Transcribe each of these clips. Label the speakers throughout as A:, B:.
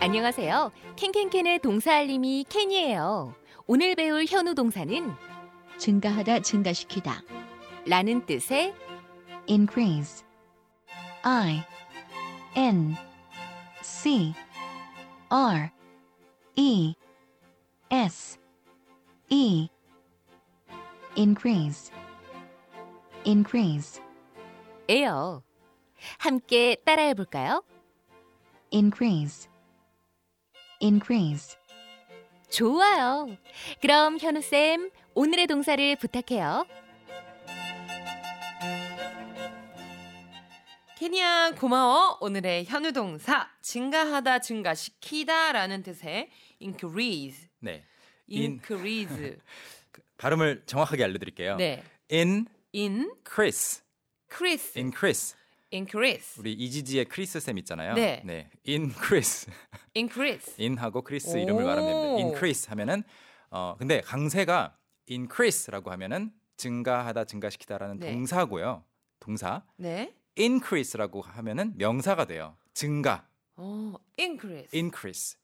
A: 안녕하세요. 캔캔캔의 동사 알림이 캔이에요. 오늘 배울 현우 동사는
B: 증가하다 증가시키다
A: 라는 뜻의
B: increase i n c r e s e increase increase
A: 에요. 함께 따라해 볼까요?
B: increase increase
A: 좋아요. 그럼 현우쌤, 오늘의 동사를 부탁해요.
C: 케냐 고마워 오늘의 현우 동사 증가하다 증가시키다라는 뜻의 increase
D: 네. 인.
C: increase
D: 발음을 정확하게 알려드릴게요.
C: 그 네
D: increase,
C: increase
D: increase.
C: increase
D: 우리 이지지의 크리스 쌤 있잖아요.
C: 네.
D: increase.
C: increase
D: in하고 크리스
C: 오.
D: 이름을 말하면 됩니다. increase 하면은 어 근데 강세가 increase라고 하면은 증가하다 증가시키다라는
C: 네.
D: 동사고요. 동사.
C: 네
D: increase라고 하면은 명사가 돼요. 증가.
C: 어, increase
D: increase.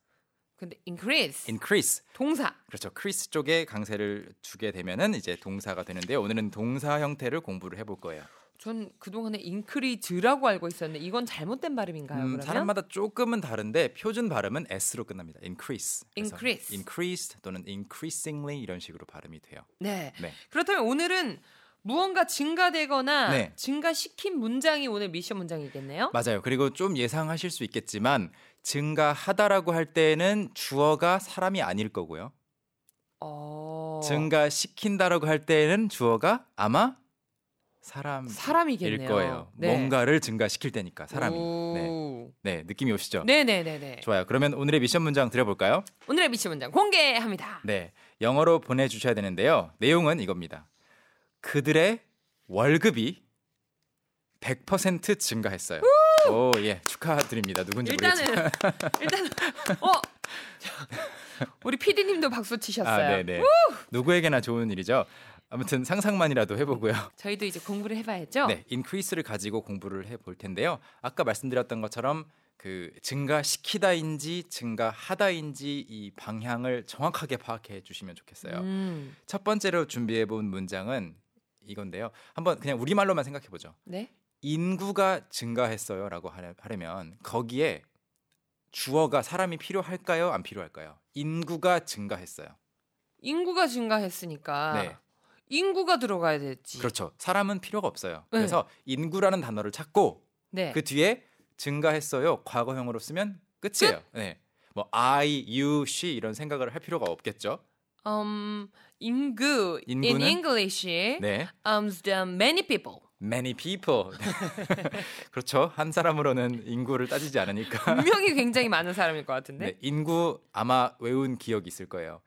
C: 근데 increase
D: increase.
C: 동사
D: 그렇죠. 크리스 쪽에 강세를 주게 되면은 이제 동사가 되는데요. 오늘은 동사 형태를 공부를 해볼 거예요.
C: 전 그동안에 increase라고 알고 있었는데 이건 잘못된 발음인가요
D: 음,
C: 그러면
D: 사람마다 조금은 다른데 표준 발음은 s로 끝납니다. increase. 그래서
C: Increase.
D: increased 또는 increasingly 이런 식으로 발음이 돼요.
C: 네
D: 네.
C: 그렇다면 오늘은 무언가 증가되거나
D: 네.
C: 증가시킨 문장이 오늘 미션 문장이겠네요
D: 맞아요. 그리고 좀 예상하실 수 있겠지만 증가하다라고 할 때는 주어가 사람이 아닐 거고요.
C: 어...
D: 증가시킨다라고 할 때는 주어가 아마 사람일
C: 사람이겠네요.
D: 거예요.
C: 네.
D: 뭔가를 증가시킬 테니까 사람이. 네.
C: 오.
D: 네, 느낌이 오시죠?
C: 네네네네.
D: 좋아요. 그러면 오늘의 미션 문장 드려볼까요?
C: 오늘의 미션 문장 공개합니다.
D: 네, 영어로 보내주셔야 되는데요. 내용은 이겁니다. 그들의 월급이 100% 증가했어요. 오, 예, 축하드립니다. 누군지
C: 일단은
D: 모르겠지만.
C: 일단은 어 자, 우리 PD님도 박수 치셨어요.
D: 아, 네네. 누구에게나 좋은 일이죠. 아무튼 상상만이라도 해보고요.
C: 저희도 이제 공부를 해봐야죠.
D: 네, 인크리스를 가지고 공부를 해볼 텐데요. 아까 말씀드렸던 것처럼 그 증가시키다인지 증가하다인지 이 방향을 정확하게 파악해 주시면 좋겠어요.
C: 음,
D: 첫 번째로 준비해 본 문장은 이건데요. 한번 그냥 우리말로만 생각해 보죠.
C: 네.
D: 인구가 증가했어요라고 하려- 하려면 거기에 주어가 사람이 필요할까요? 안 필요할까요? 인구가 증가했어요.
C: 인구가 증가했으니까
D: 네.
C: 인구가 들어가야 되지.
D: 그렇죠. 사람은 필요가 없어요.
C: 네.
D: 그래서 인구라는 단어를 찾고
C: 네.
D: 그 뒤에 증가했어요. 과거형으로 쓰면 끝이에요. 네. 뭐 I, you, she 이런 생각을 할 필요가 없겠죠.
C: 음, 인구 in
D: 인구는?
C: English
D: 네.
C: um, the many people
D: Many people. 그렇죠. 한 사람으로는 인구를 따지지 않으니까.
C: 분명히 굉장히 많은 사람일 것 같은데
D: 네, 인구 아마 외운 기억이 있을 거예요.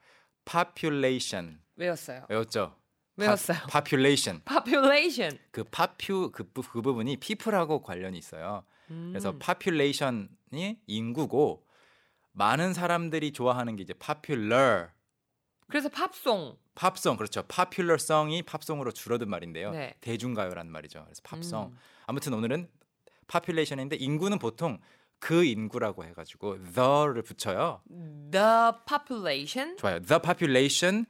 D: population
C: 외웠어요.
D: 외웠죠?
C: 외웠어요.
D: 파, population
C: population.
D: 그 파퓨 그, 부- 그 부분이 people하고 관련이 있어요.
C: 음.
D: 그래서 population이 인구고 많은 사람들이 좋아하는 게 이제 popular
C: 그래서 팝송.
D: 팝송 그렇죠. popular song이 팝송으로 줄어든 말인데요.
C: 네.
D: 대중가요라는 말이죠. 그래서 팝송.
C: 음.
D: 아무튼 오늘은 population인데 인구는 보통 그 인구라고 해가지고 the를 붙여요.
C: The population.
D: 좋아요. The population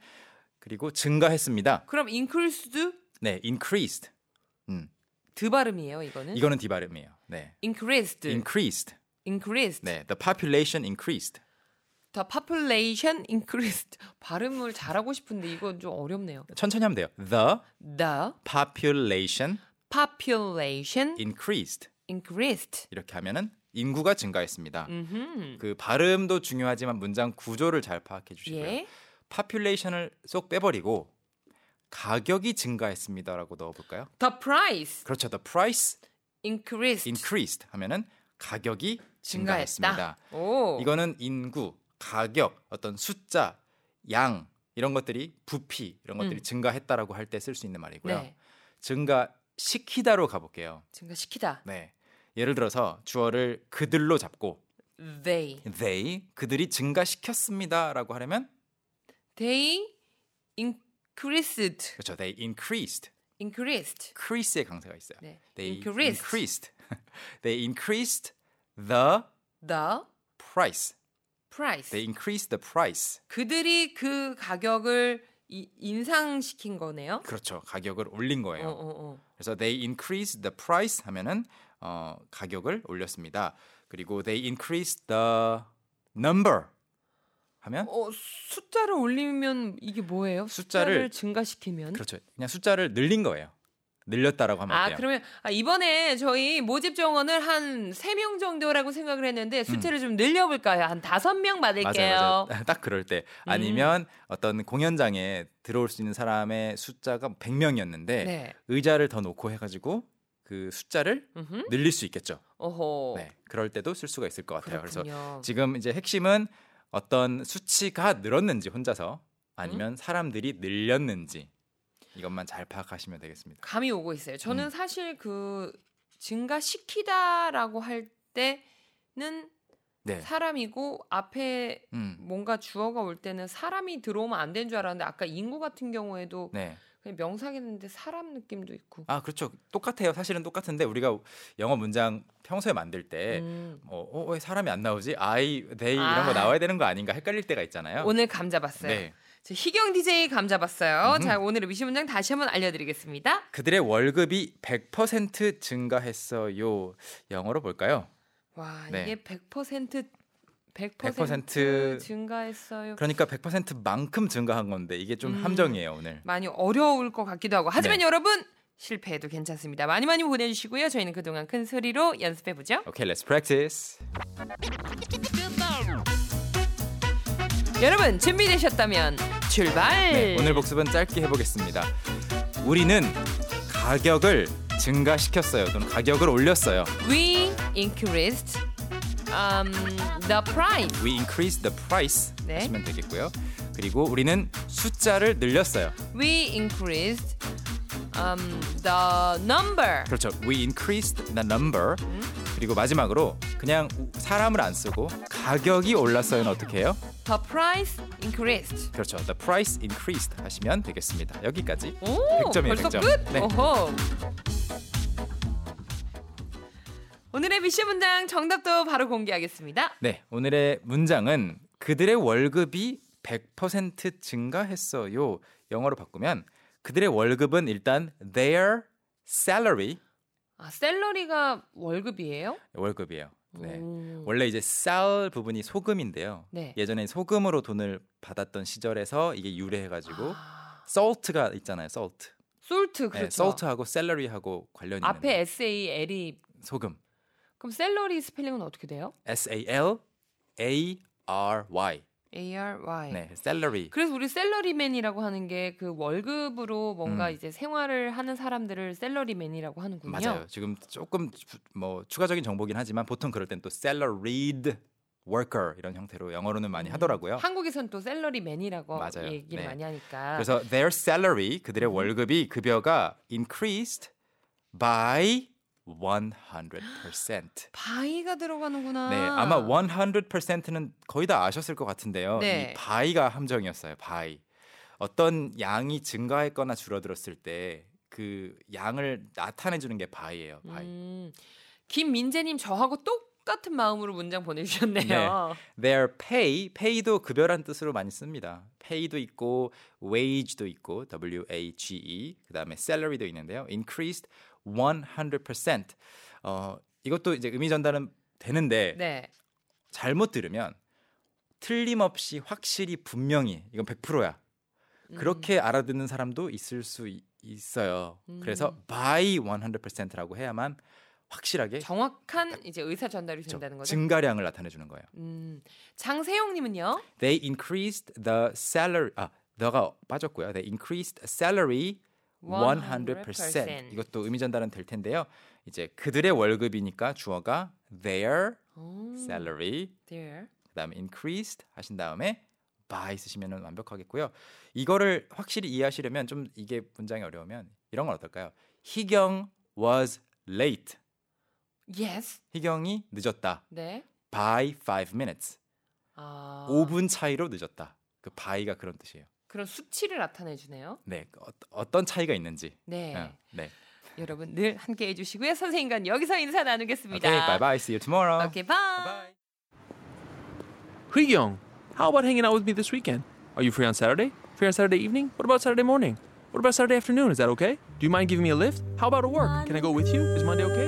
D: 그리고 증가했습니다.
C: 그럼 increased
D: 네, increased. 음,
C: 드 발음이에요, 이거는.
D: 이거는 디 발음이에요. 네,
C: increased.
D: increased.
C: increased.
D: 네, the population increased.
C: The population increased. 발음을 잘하고 싶은데 이건 좀 어렵네요.
D: 천천히 하면 돼요. The
C: The
D: population
C: population
D: increased.
C: increased.
D: 이렇게 하면은 인구가 증가했습니다.
C: 음.
D: 그 발음도 중요하지만 문장 구조를 잘 파악해 주시고요.
C: 예.
D: population을 쏙 빼버리고 가격이 증가했습니다라고 넣어볼까요?
C: The price
D: 그렇죠. The price
C: increased.
D: increased 하면은 가격이
C: 증가했다.
D: 증가했습니다.
C: 오.
D: 이거는 인구, 가격, 어떤 숫자, 양 이런 것들이 부피 이런 것들이
C: 음.
D: 증가했다라고 할 때 쓸 수 있는 말이고요.
C: 네.
D: 증가시키다로 가볼게요.
C: 증가시키다.
D: 네. 예를 들어서 주어를 그들로 잡고
C: They
D: they 그들이 증가시켰습니다라고 하려면
C: they increased.
D: 그렇죠. they increased.
C: increased.
D: crease의 강세가 있어요.
C: 네.
D: they
C: increased.
D: increased. they increased the
C: The
D: price.
C: price.
D: They increase the price.
C: 그들이 그 가격을 이, 인상시킨 거네요.
D: 그렇죠. 가격을 올린
C: 어,
D: 거예요.
C: 어, 어.
D: 그래서 they increase the price 하면은 어, 가격을 올렸습니다. 그리고 they increase the number 하면
C: 어, 숫자를 올리면 이게 뭐예요?
D: 숫자를-
C: 증가시키면
D: 그렇죠. 그냥 숫자를 늘린 거예요. 늘렸다라고 하면
C: 아,
D: 어때요?
C: 그러면 아, 이번에 저희 모집 정원을 한 3명 정도라고 생각을 했는데 수치를 좀 늘려 볼까요? 한 5명 받을게요.
D: 음.
C: 음.
D: 맞아요, 맞아요. 딱 그럴 때 아니면 어떤 공연장에 들어올 수 있는 사람의 숫자가 100명이었는데
C: 네.
D: 의자를 더 놓고 해가지고 그 숫자를
C: 음흠.
D: 늘릴 수 있겠죠.
C: 어허.
D: 네, 그럴 때도 쓸 수가 있을 것 같아요. 그래서
C: 그렇군요.
D: 지금 이제 핵심은 어떤 수치가 늘었는지 혼자서 아니면
C: 음.
D: 사람들이 늘렸는지 이것만 잘 파악하시면 되겠습니다.
C: 감이 오고 있어요. 저는
D: 음.
C: 사실 그 증가시키다라고 할 때는
D: 네.
C: 사람이고 앞에
D: 음.
C: 뭔가 주어가 올 때는 사람이 들어오면 안 되는 줄 알았는데 아까 인구 같은 경우에도
D: 네.
C: 그냥 명사겠는데 사람 느낌도 있고.
D: 아, 그렇죠. 똑같아요. 사실은 똑같은데 우리가 영어 문장 평소에 만들 때
C: 음.
D: 어, 어, 왜 사람이 안 나오지? I, they 이런
C: 아.
D: 거 나와야 되는 거 아닌가 헷갈릴 때가 있잖아요.
C: 오늘 감 잡았어요.
D: 네.
C: 저 희경 DJ 감 잡았어요.
D: 음흠.
C: 자, 오늘의 미시 문장 다시 한번 알려드리겠습니다.
D: 그들의 월급이 100% 증가했어요. 영어로 볼까요?
C: 와,
D: 네.
C: 이게 100% 100%,
D: 100%
C: 증가했어요.
D: 그러니까 100%만큼 증가한 건데 이게 좀
C: 음.
D: 함정이에요, 오늘.
C: 많이 어려울 것 같기도 하고. 하지만
D: 네.
C: 여러분 실패해도 괜찮습니다. 많이 많이 보내주시고요. 저희는 그동안 큰 소리로 연습해 보죠.
D: Okay, let's practice.
C: 여러분 준비되셨다면 출발.
D: 네, 오늘 복습은 짧게 해보겠습니다. 우리는 가격을 증가시켰어요. 또는 가격을 올렸어요.
C: We increased um, the price.
D: We increased the price
C: 네.
D: 하시면 되겠고요. 그리고 우리는 숫자를 늘렸어요.
C: We increased um, the number.
D: 그렇죠. We increased the number.
C: 음.
D: 그리고 마지막으로 그냥 우- 사람을 안 쓰고 가격이 올랐어요는 어떻게 해요?
C: The price increased.
D: 그렇죠. The price increased 하시면 되겠습니다. 여기까지.
C: 오,
D: 100점이에요,
C: 벌써
D: 100점.
C: 끝?
D: 네.
C: 오호. 오늘의 미시 문장 정답도 바로 공개하겠습니다.
D: 네, 오늘의 문장은 그들의 월급이 100% 증가했어요. 영어로 바꾸면 그들의 월급은 일단 their salary
C: 아, 셀러리가 월급이에요?
D: 월급이에요. 네.
C: 오.
D: 원래 이제 sal 부분이 소금인데요.
C: 네.
D: 예전에 소금으로 돈을 받았던 시절에서 이게 유래해가지고
C: 아,
D: salt가 있잖아요. salt.
C: 솔트
D: 네,
C: 그렇죠.
D: salt하고 salary하고 관련이 있는
C: 앞에 S A L이 E.
D: 소금.
C: 그럼 셀러리 스펠링은 어떻게 돼요?
D: S A L A R Y.
C: A R Y.
D: 네, salary.
C: 그래서 우리 셀러리맨이라고 하는 게 그 월급으로 뭔가
D: 음.
C: 이제 생활을 하는 사람들을 셀러리맨이라고 하는군요.
D: 맞아요. 지금 조금 주- 뭐 추가적인 정보긴 하지만 보통 그럴 땐 또 salaried worker 이런 형태로 영어로는 많이 음. 하더라고요.
C: 한국에선 또 셀러리맨이라고
D: 맞아요.
C: 얘기를
D: 네.
C: 많이 하니까.
D: 그래서 their salary 그들의 월급이 급여가 increased by 100%.
C: 바이가 들어가는구나.
D: 네, 아마 100%는 거의 다 아셨을 것 같은데요.
C: 네.
D: 이 by가 함정이었어요. by. 어떤 양이 증가했거나 줄어들었을 때 그 양을 나타내 주는 게 by예요. by.
C: 음, 김민재님 저하고 똑같은 마음으로 문장 보내주셨네요.
D: Their pay, pay도 급여란 뜻으로 많이 씁니다. pay도 있고 wage도 있고 w a g e 그다음에 salary도 있는데요. increased 100%. 어, 이것도 이제 의미 전달은 되는데
C: 네.
D: 잘못 들으면 틀림없이 확실히 분명히 이건 100%야.
C: 음,
D: 그렇게 알아듣는 사람도 있을 수 이- 있어요.
C: 음.
D: 그래서 by 100%라고 해야만 확실하게
C: 정확한 이제 의사 전달이 된다는 거죠.
D: 증가량을 나타내 주는 거예요.
C: 음, 장세용님은요.
D: They increased the salary. 아, 너가 빠졌고요. They increased salary 100%.
C: 100%.
D: 이것도 의미 전달은 될 텐데요. 이제 그들의 월급이니까 주어가 their
C: 오,
D: salary.
C: 어, there.
D: 그다음에 increased 하신 다음에 by 쓰시면 완벽하겠고요. 이거를 확실히 이해하시려면 좀 이게 문장이 어려우면 이런 건 어떨까요? 희경 was late.
C: Yes.
D: 희경이 늦었다.
C: 네.
D: by 5 minutes.
C: 아,
D: 5분 차이로 늦었다. 그 by가 그런 뜻이에요.
C: 그런 수치를 나타내 주네요.
D: 네, 그 어, 어떤 차이가 있는지.
C: 네.
D: 응, 네.
C: 여러분 늘 함께 해주시고요. 선생님과는 여기서 인사 나누겠습니다.
D: 오케이, 아, 네. 바이바이. See you tomorrow.
C: 오케이, 바이.
D: 바이.
E: Young, how about hanging out with me this weekend? Are you free on Saturday? Free on Saturday evening? What about Saturday morning? What about Saturday afternoon? Is that okay? Do you mind giving me a lift? How about a work? Can I go with you? Is Monday okay?